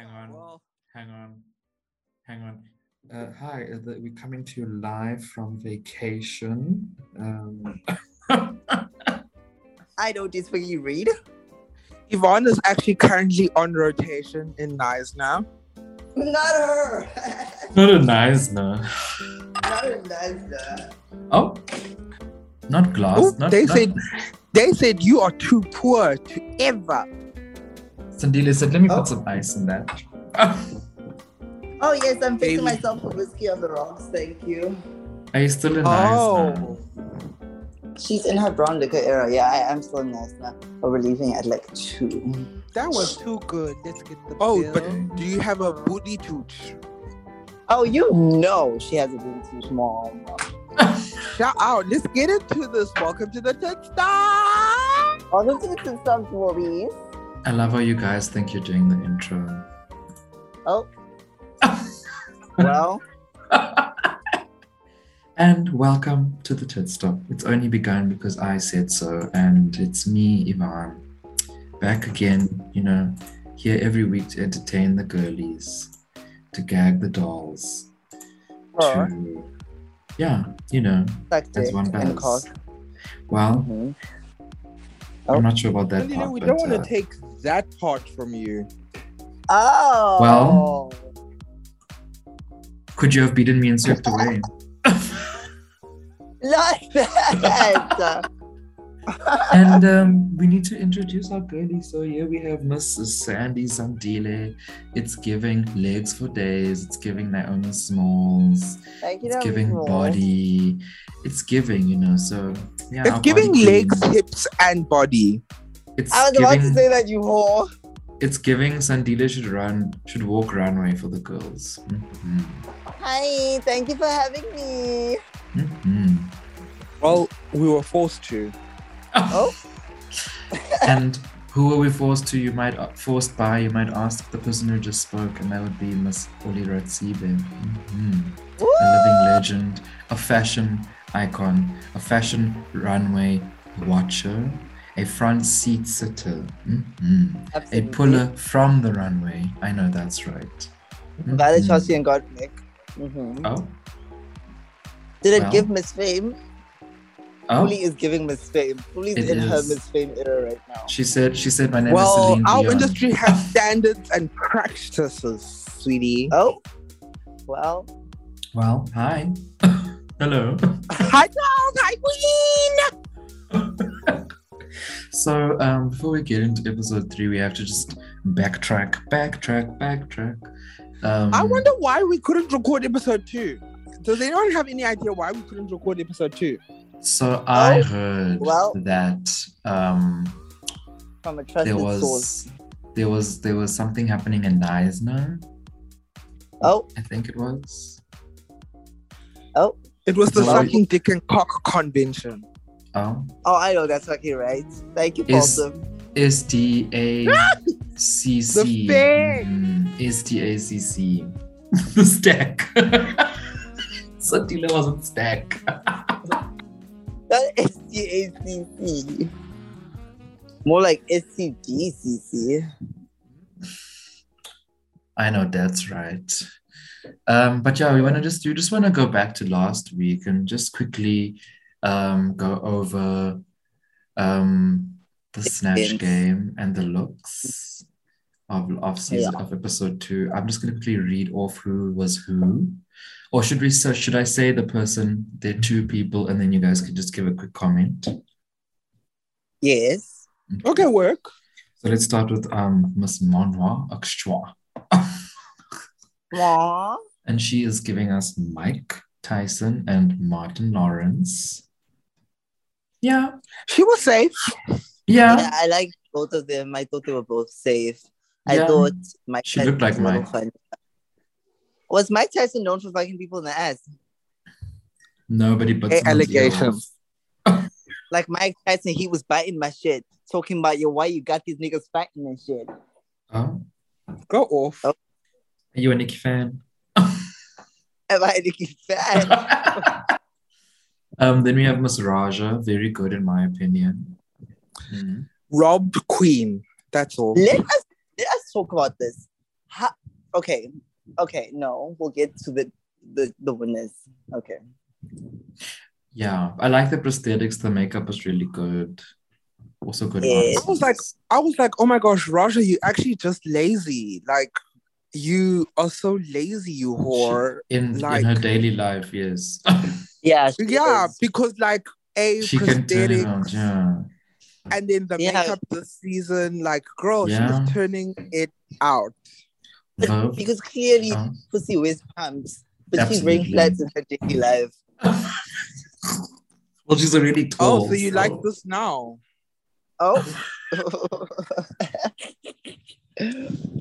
Oh, Hang on. Hang on. Uh, hi, uh, the- we're coming to you live from vacation. Um, I know this when you read. Yvonne is actually currently on rotation in NICE now. Not her. not a nice, no. Not her, Lesna. Oh, not glass. Ooh, not, Oh, they not, said they said you are too poor to ever. Sandile said, let me Oh. put some ice in that. Oh yes, I'm Baby. fixing myself for whiskey on the rocks. Thank you. Are you still a nice? Oh, She's in her brown liquor era. Yeah, I am still in Lesna, but we're leaving at like two. That was too good. Let's get the oh, bill. but do you have a booty tooth? Oh, you know she has a booty too small. Shout out! Let's get into this. Welcome to the Tech Star. Welcome to Oh, the Tip Stop Movies. I love how you guys think you're doing the intro. Oh. well, And welcome to the Tit Stop. It's only begun because I said so, and it's me, Ivan, back again, you know, here every week to entertain the girlies, to gag the dolls, her to, yeah, you know, as affected one and does. cost. Well, Mhm. Oh. I'm not sure about that Angelina, part, we don't but want uh, to take that part from you. Oh. Well. could you have beaten me and swept away? Not that. and um, we need to introduce our girlie. So here we have Miss Sandy Sandile. It's giving legs for days. It's giving Naomi Smalls. Thank you. It's that was giving small. body. It's giving, you know. So yeah, It's our giving body legs, queen. hips, and body. It's I was giving. about to say that you whore. It's giving. Sandile should run. Should walk runway for the girls. Mhm. Hi, thank you for having me. Mhm. Well, we were forced to. Oh. and who were we forced to? You might forced by. You might ask the person who just spoke, and that would be Miss Oli Ratsibe. Mhm. Woo! a living legend, a fashion icon, a fashion runway watcher, a front seat sitter, mhm, a Absolutely. puller from the runway. I know that's right. Violet Mhm. Chelsea and Gottmik. Mhm. Oh, Did it well. give Miss Fame? oh. Fully is giving Miss Fame. Fully's It in her is. Miss Fame era right now. She said. She said my name is well, Celine our Dion. industry has standards and practices, sweetie. Oh, well, Well, hi. Hello. Hi, dolls. Hi, queen. So, um, before we get into episode three, we have to just backtrack, backtrack, backtrack. Um, I wonder why we couldn't record episode two. Does anyone have any idea why we couldn't record episode two? So Oh, I heard well. that um, from a trusted there was source. there was there was something happening in Neisner. Oh, I think it was. It was the Well- sucking dick and cock convention. Oh, oh, I know that's fucking right. Thank you, Is- Paulson. S D A C C. The fag. Mhm. S D A C C. The stack. Satila wasn't stack. Not SCACC. More like SCDCC. I know that's right. Um, but yeah, we want to just you just want to go back to last week and just quickly um, go over um, the snatch Events. game and the looks of of season of episode two. I'm just going to quickly read off who was who, or should we? So should I say the person? There are two people, and then you guys can just give a quick comment. Yes. Okay, work. So let's start with um, Miss Monwa Akshwa. Aww. And she is giving us Mike Tyson and Martin Lawrence. Yeah. She was safe. Yeah. Yeah, I liked both of them. I thought they were both safe. Yeah. I thought Mike She looked like was a little Mike. funny. Was Mike Tyson known for fucking people in the ass? Nobody but Hey, allegations. Like Mike Tyson, he was biting my shit, talking about yo, why you got these niggas fighting and shit. Oh, Go off. Oh. are you a Nicky fan? Am I looking fat? um, then we have Miss Raja, very good in my opinion. Mhm. Rob Queen. That's all. let us let us talk about this. How, okay, Okay, no, we'll get to the the the winners. Okay. Yeah, I like the prosthetics. The makeup was really good. Also good. Yeah. answers. I was like- I was like, oh my gosh, Raja, you actually just lazy. Like, you are so lazy, you whore. in in like- her daily life, yes, Yeah. she Yeah, is. because like a she can turn it on. prosthetics Yeah, and then the Yeah. makeup this season, like, girl, Yeah. she's turning it out. But Verb, because clearly no. pussy wears pumps, but she's wearing Uh-huh. Absolutely. flats in her daily life. Well, she's already Oh, tall. so you like this now? Oh.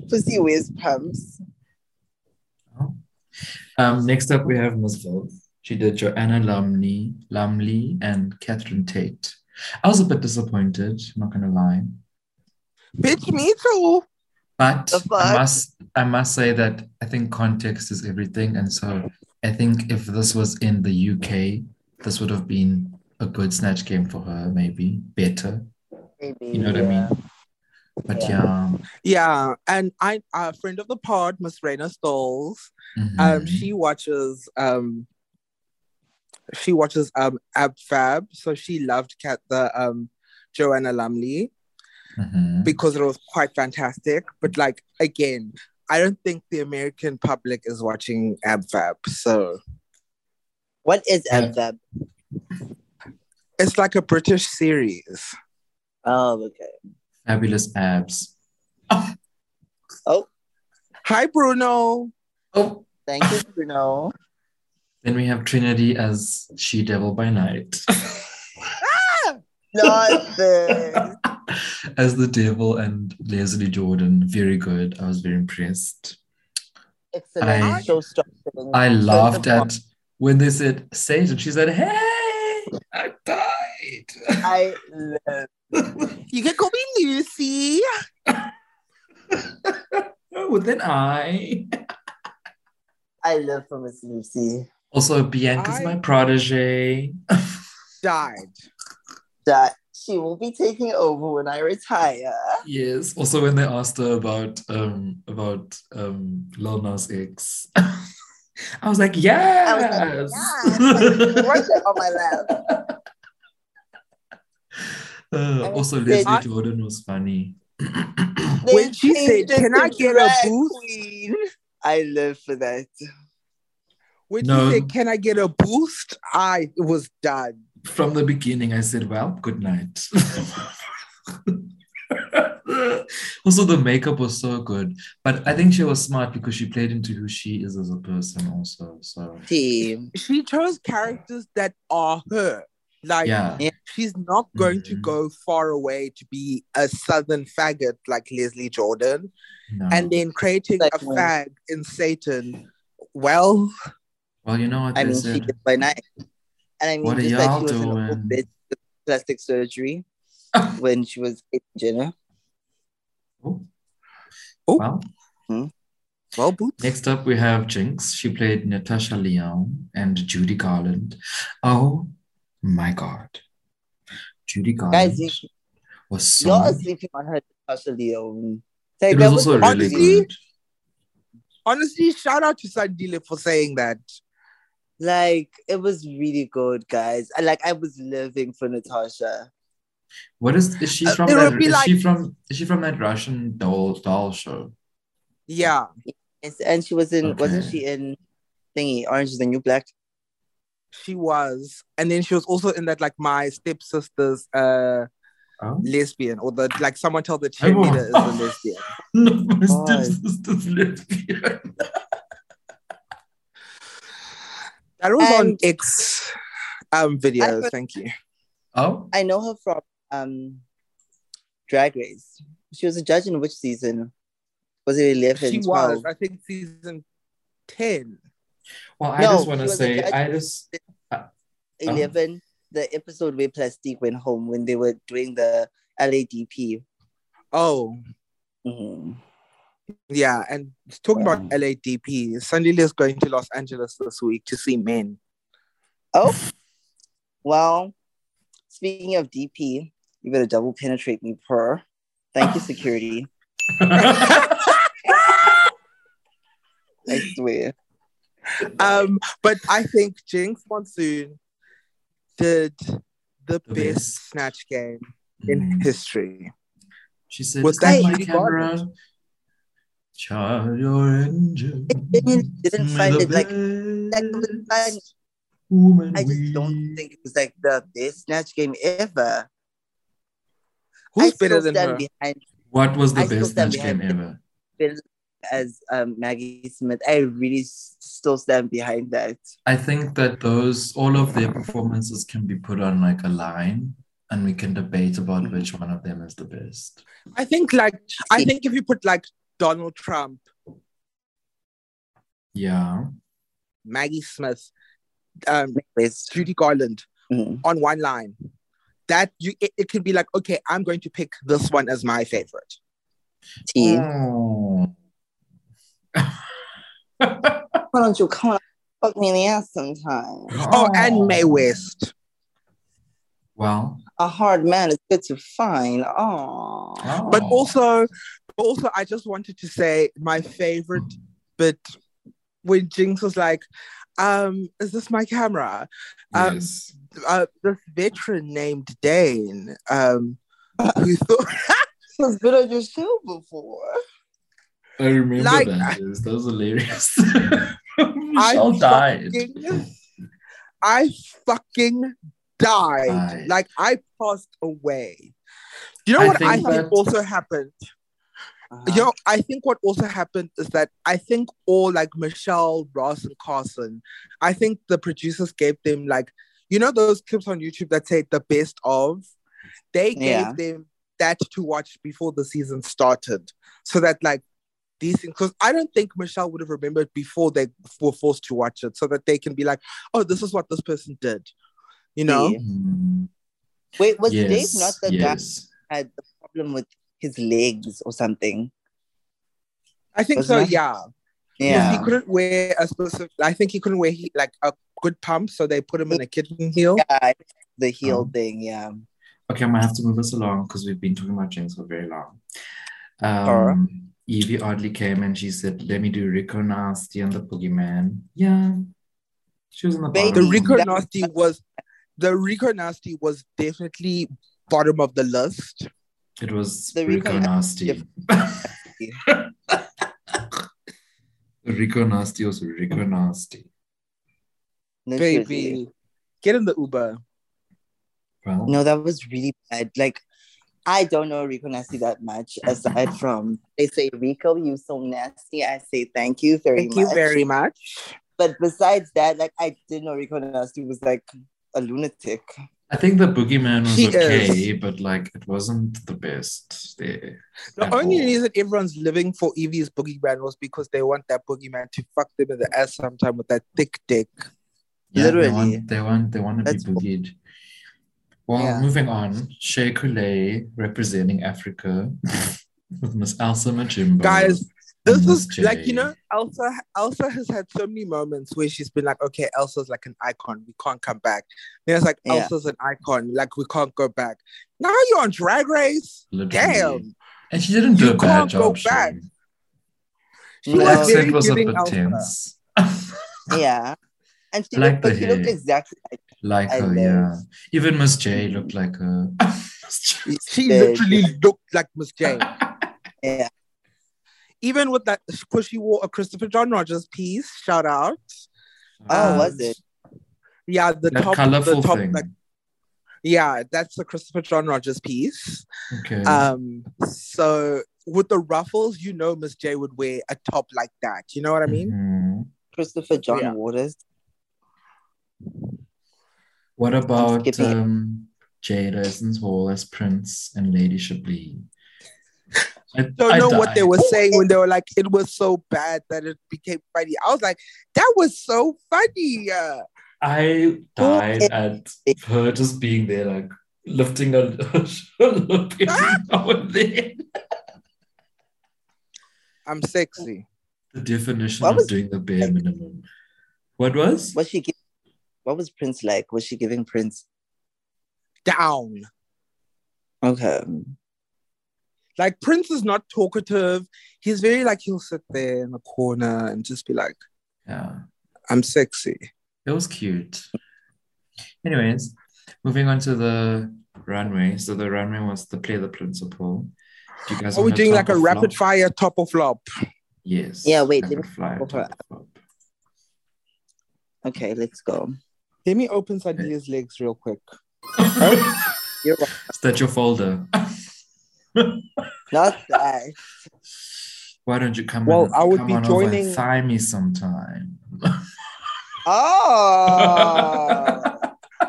pussy wears pumps. Um, next up, we have Miss Vogue. She did Joanna Lumley, Lumley and Catherine Tate. I was a bit disappointed, not gonna lie, Bitch, me too. but The fuck? I must I must say that I think context is everything, and so I think if this was in the UK, this would have been a good snatch game for her, maybe better. Maybe. You know what yeah. I mean? But Yeah. yeah, Yeah, and I a friend of the pod, Miss Raina Stoles. Um, mhm. she watches um, she watches um Ab Fab, so she loved Cat the um Joanna Lumley Mhm. because it was quite fantastic. But like again, I don't think the American public is watching Ab Fab, so What is Yeah. MFAB? it's like a British series. Oh, okay. fabulous abs. Hi, Bruno. Oh, Thank you, Bruno. then we have Trinity as She Devil by Night. Not this. as the devil and Leslie Jordan. Very good. I was very impressed. Excellent. I- so strong. I First of laughed all, at when they said Satan. She said, Hey, I died. I love You can call me Lucy. With an eye. I live for Miss Lucy. Also, Bianca's I- my protege. Died. That she will be taking over when I retire. yes. Also, when they asked her about um about um Lil Nas X. I was like, yes. Yeah, work it on my lap. Uh, also, They- Leslie Jordan was funny. They When she changed said, it "Can to I get a drag booth?" queen. I live for that. When No. you said, "Can I get a boost?" I was done. From the beginning, I said, well, good night. also, the makeup was so good. But I think she was smart because she played into who she is as a person, also. So, Team. She chose characters that are her. Like yeah. she's not going to Mhm. go far away to be a southern faggot like Leslie Jordan, no. and then creating a Exactly. fag in Satan. Well, well, you know what I they mean, she said? gets by night. And I mean, What are just like y'all she was an doing? old bitch with plastic surgery when she was Caitlyn Jenner. Oh. Oh. Well, well, boots. next up, we have Jinx. She played Natasha Leon and Judy Garland. Oh my God. Judy Garland Guys, you, was so. y'all are sleeping on her, Natasha Leon. Like, It that was also really honestly- good. Honestly, shout out to Sandile for saying that. Like it was really good, guys. I like I was living for Natasha. What is is she Uh, from? it That, would be is like- she from? Is she from that Russian doll doll show? Yeah, And, and she was in, wasn't Okay. she in thingy Orange is the New Black? she was, and then she was also in that like my stepsister's uh Oh lesbian, or the like someone tell the I won't. cheerleader is a lesbian. no, my God. stepsister's lesbian. That was on And- X um videos. I- Thank you. Oh, I know her from um Drag Race. She was a judge in which season? Was it eleven? She 12? was, I think, season ten. well, I No, just want she to was a say, judge. I just Uh-huh. Oh. eleven. The episode where Plastique went home when they were doing the LADP. Oh Mhm. yeah, and talking about Wow. LADP, Sandile is going to Los Angeles this week to see men. Oh, well. Speaking of DP, you better double penetrate me, per. Thank you, security. I swear. Um, but I think Jinx Monsoon did the, best, best. snatch game in Mm. history. She said, Was "Is that my Lady camera? Char your engine. Didn't- didn't May find the it, like, best like, find- woman I just don't we- think it was like the best snatch game ever. I Who's still better than stand her? behind What was the I still best stand match game behind ever? Bill as um, Maggie Smith. I really s- still stand behind that. I think that those all of their performances can be put on like a line, and we can debate about which one of them is the best. I think like I think if you put like Donald Trump, Yeah, Maggie Smith, um, Best. Judy Garland Mhm. on one line, that you it, it could be like, okay, I'm going to pick this one as my favorite. Tea. Mm. Oh. Why don't you come and fuck me in the ass sometime? Oh, and May West. Well, A hard man is good to find. Oh, But oh. also, but also, I just wanted to say my favorite bit when Jinx was like, um, "Is this my camera?" um, yes. uh, this veteran named Dane, um, who thought was been on your show before. I remember Like- that. Yes, that was hilarious. I Michelle died. fucking, I fucking died. Died. Like I passed away. You know I what I think think that- also happened? Uh-huh. You know, I think what also happened is that I think all like Michelle, Ross, and Carson, I think the producers gave them like, you know, those clips on YouTube that say the best of? They gave Yeah. them that to watch before the season started so that like these things, because I don't think Michelle would have remembered before they were forced to watch it so that they can be like, oh, this is what this person did, you know? Yeah. Mm, Wait, was yes, Dave not the guy yes. who had the problem with his legs or something? I think Was so, that- yeah. Yeah. He couldn't wear a specific, I think he couldn't wear he, like a good pump, so they put him in a kitten heel. Yeah, the heel Um, thing. Yeah. Okay, I'm gonna have to move us along because we've been talking about Jinx for very long. Um, Alright. Evie oddly came and she said, "Let me do Rico Nasty and the Boogeyman." Yeah, she was in the Baby, The bottom. Rico that- Nasty was the Rico Nasty was definitely bottom of the list. It was The Rico, Rico Nasty. The Rico Nasty was Rico Nasty. literally. Baby. Get in the Uber. Well, No, that was really bad. Like, I don't know Rico Nasty that much. Aside from they say Rico, you so nasty. I say thank you very Thank much. you very much. But besides that, like, I didn't know Rico Nasty was like a lunatic. I think the Boogeyman was She okay, but like it wasn't the best there. The at only all. reason everyone's living for Evie's boogeyman was because they want that boogeyman to fuck them in the ass sometime with that thick dick. Yeah, Literally. They want, they want, they want to That's- be boogied. Well, Yeah. moving on, Shea Coulee representing Africa with Miss Elsa Majimbo. Guys, and This Miss is like you Mm-hmm. Jay. know, Elsa. Elsa has had so many moments where she's been like, "Okay, Elsa's like an icon. We can't come back." Then it's like Yeah. Elsa's an icon. Like we can't go back. Now you're on Drag Race. Literally. Damn. And she didn't do You a bad can't go job. Shea. back. She The No. was accent very was a giving bit Elsa. tense. Yeah. And she Like looked, but the she looked hair. exactly like like I her, know. yeah. Even Miss J looked like her. Oh, Miss J. She Yeah. literally looked like Miss Jane. yeah. Even with that, because she wore a Christopher John Rogers piece. Shout out. Ah. Oh, Um, was it? Yeah, the That top, colorful the top, thing. like yeah, that's the Christopher John Rogers piece. okay. Um, so with the ruffles, you know, Miss J would wear a top like that. You know what I mean? Mhm. Christopher John Yeah. Waters. What about skipping it. um, Jada Essence Hall as Prince and Lady Chablis? I Don't I know what died. they were saying when they were like, it was so bad that it became funny. I was like, that was so funny. Uh, I died is at her just being there, like lifting her, her lip every now and then. I'm sexy. The definition What of was- doing the bare minimum. What was? What she give, What was Prince like? Was she giving Prince? Down. Okay. Like Prince is not talkative. He's very like he'll sit there in the corner and just be like, Yeah. "I'm sexy." It was cute. Anyways, moving on to the runway. So the runway was the play the principal. Do you guys Are we wanna doing top like a or rapid flop? fire top or flop? Yes. Yeah, wait, rapid let me fire, go for top or flop. Okay, let's go. Let me open Sadia's legs real quick. You're right. Is that your folder? Not that. Why don't you come? Well, on- I would come be on over and joining- sign me sometime. Ah!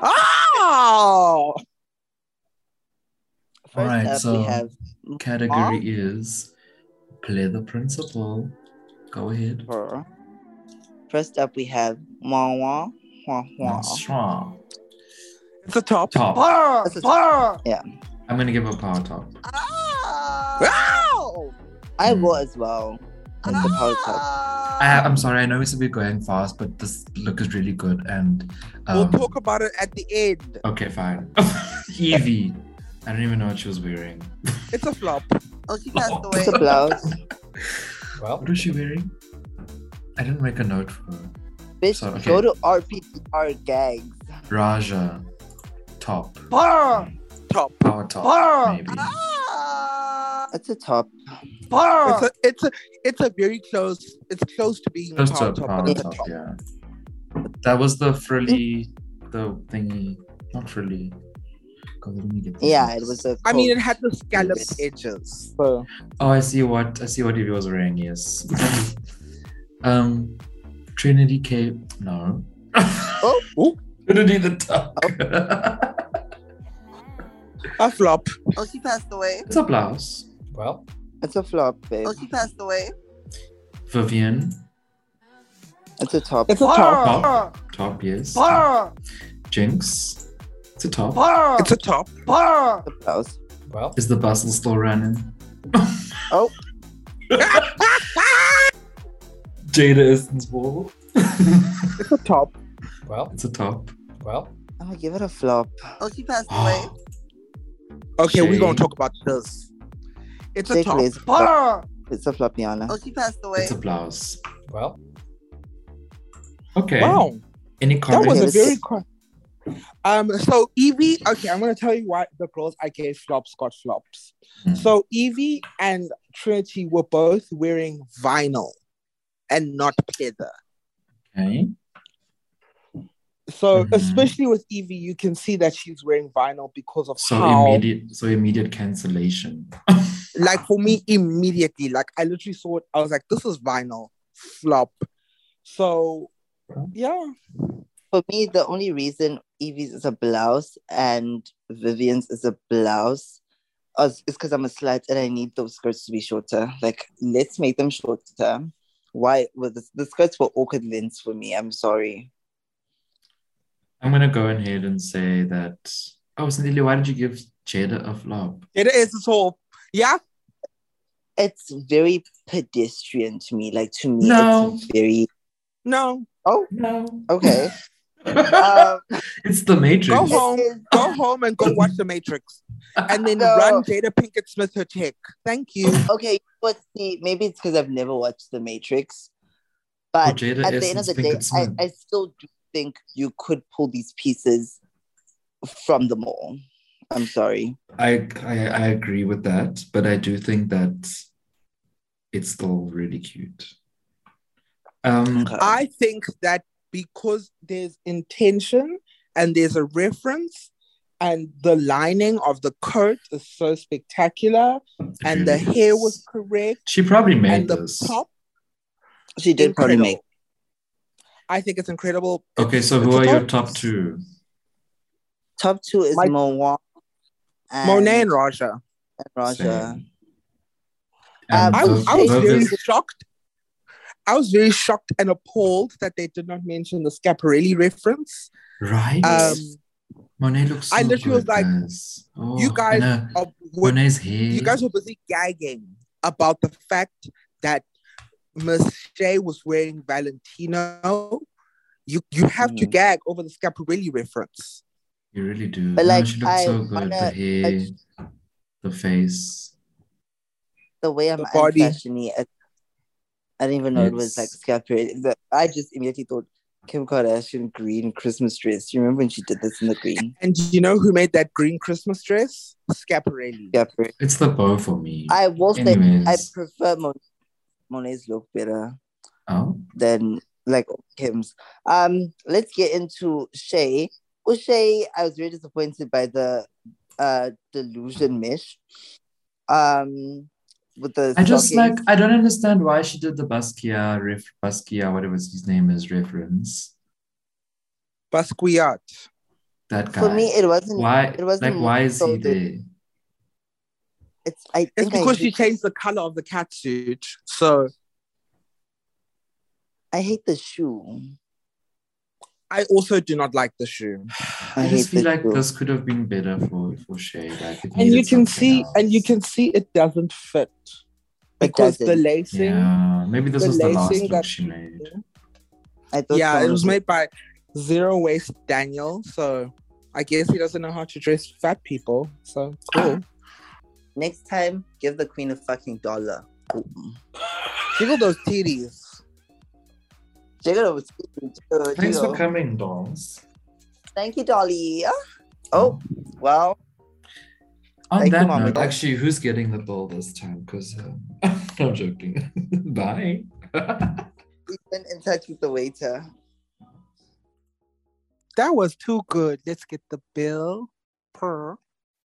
Oh. Oh, First Alright, up, so- we have Category is play the principal. Go ahead. her. First up, we have Mwa Mwa Mwa Nice try. it's a top. Top. Burr, That's a- burr. I'm gonna give a power top. Oh. I Hmm. will as well. That's the power Ah! top. Ah! I, Ah, I'm sorry, I know we should be going fast, but this look is really good. And We'll um, talk about it at the end. okay, fine. Evie, I don't even know what she was wearing. It's a flop. Oh, she passed away. It's a blouse. Well, What was she wearing? I didn't make a note for her. Bitch, So, okay. go to RPR gags. Raja, top, Burr, Top. power top, Wow. maybe. Ah! That's a top. burr. It's a it's a it's a very close. It's close to being Close a to power a top, power but it's top, a top. yeah. That was the frilly, the thingy, not frilly. God, let me get this Yeah, right. it was a. I mean, it coat. had the scalloped Yes. edges. So, Oh, I see what I see what Evie was wearing. Yes. um, Trinity Cape. No. Oh. Oh. Trinity the tuck. A flop. oh, she passed away. it's a blouse. Well, it's a flop, babe. Oh, she passed away. Vivian It's a top. It's a top. Burr, top. Yes. burr, Jinx. It's a top. burr, It's a top. burr. It's a blouse. well, Is the bustle still running? Oh. Jada Essence wall. It's a top. well, It's a top. Ah, well. I'm gonna give it a flop. Oh, she passed away. Okay, we're gonna Shade. talk about this. It's a Take top. it, It's a flop. Burr, It's a flop, Yana. Oh, she passed away. It's a blouse. Well, Okay. Wow. Any That comments? was a Yes. very cr- um. So Evie, okay, I'm gonna tell you why the girls I gave flops got flops. Mm. So Evie and Trinity were both wearing vinyl, and not pleather. okay. So Mhm. especially with Evie, you can see that she's wearing vinyl because of So how. immediate. So immediate cancellation. Like for me, immediately, like I literally saw it. I was like, "This is vinyl flop." So yeah, For me, the only reason Evie's is a blouse and Vivian's is a blouse is because I'm a slut and I need those skirts to be shorter. Like, let's make them shorter. Why? Well, the, the skirts were awkward lengths for me. I'm sorry. I'm gonna go ahead and say that. Oh, Cindy, why did you give Jada a flop? it is this whole. Yeah, It's very pedestrian to me. Like, to me, No. it's very. no, No. Okay. um, it's the Uh, go Matrix. home, go home, and go watch The Matrix, and then No. run Jada Pinkett Smith her check. Thank you. okay, but see, maybe it's because I've never watched The Oh, Matrix, but Jada at the end Essence of the day, Pinkett I, Smith. I still do think you could pull these pieces from the mall. I'm sorry. I, I I agree with that, but I do think that it's still really cute. Um, Okay. I think that because there's intention and there's a reference, and the lining of the coat is so spectacular, and the really hair is. was correct, She probably made and the this. top She did probably incredible. make I think it's incredible. Okay, so It's who a are your top. top two? top two is My- Mo Wong and Monet and Raja. Raja. Same. Um, And I was, Viv- I was Viv very is- shocked. I was very shocked and appalled that they did not mention the Scaparelli reference. right. Um, Monet looks. So I literally was good, like, guys. Oh, you guys and, uh, of what Monet's hair. you guys were busy gagging about the fact that Miss Shay was wearing Valentino. You you have to Mhm. gag over the Scaparelli reference. You really do. But, No, like, she looks I so good. wanna- the hair, the face. the way I'm The body. unfashiony. I, I didn't even know it was like Yes. scalp period. The- I just immediately thought Kim Kardashian green Christmas dress. You remember when she did this in the green And do you know who made that green Christmas dress? Scaparelli. scalp period? It's the bow for me. I will say I Anyways, prefer Mon- Monet's look better oh, than like Kim's. Um, let's get into Shay. Well, Shay, I was very disappointed by the uh delusion mesh. Um, with the I just like stockings. I don't understand why she did the Basquiat ref Basquiat whatever his name is reference. Basquiat. That guy. for me it wasn't why? it wasn't like why is so he that- there? It's I think It's because I she hate, changed the color of the catsuit. So I hate the shoe. I also do not like the shoe. I I, just hate feel that like shoe. this could have been better for for Shay. Like it And you needed something can see, and you else. can see it doesn't fit because the doesn't. lacing. Yeah, maybe this the was the last lacing look got- she made. I thought Yeah, it someone was made by Zero Waste Daniel. So I guess he doesn't know how to dress fat people. So cool. next time give the queen a fucking dollar. Jiggle those titties. Jiggle was jiggle, Thanks for jiggle. coming, dolls. Thank you, Dolly. Oh well, On Thank you, that Mama note, Doll. actually, who's getting the bill this time? Because um, no I'm joking. Bye. we've been in touch with the waiter. That was too good. Let's get the bill per.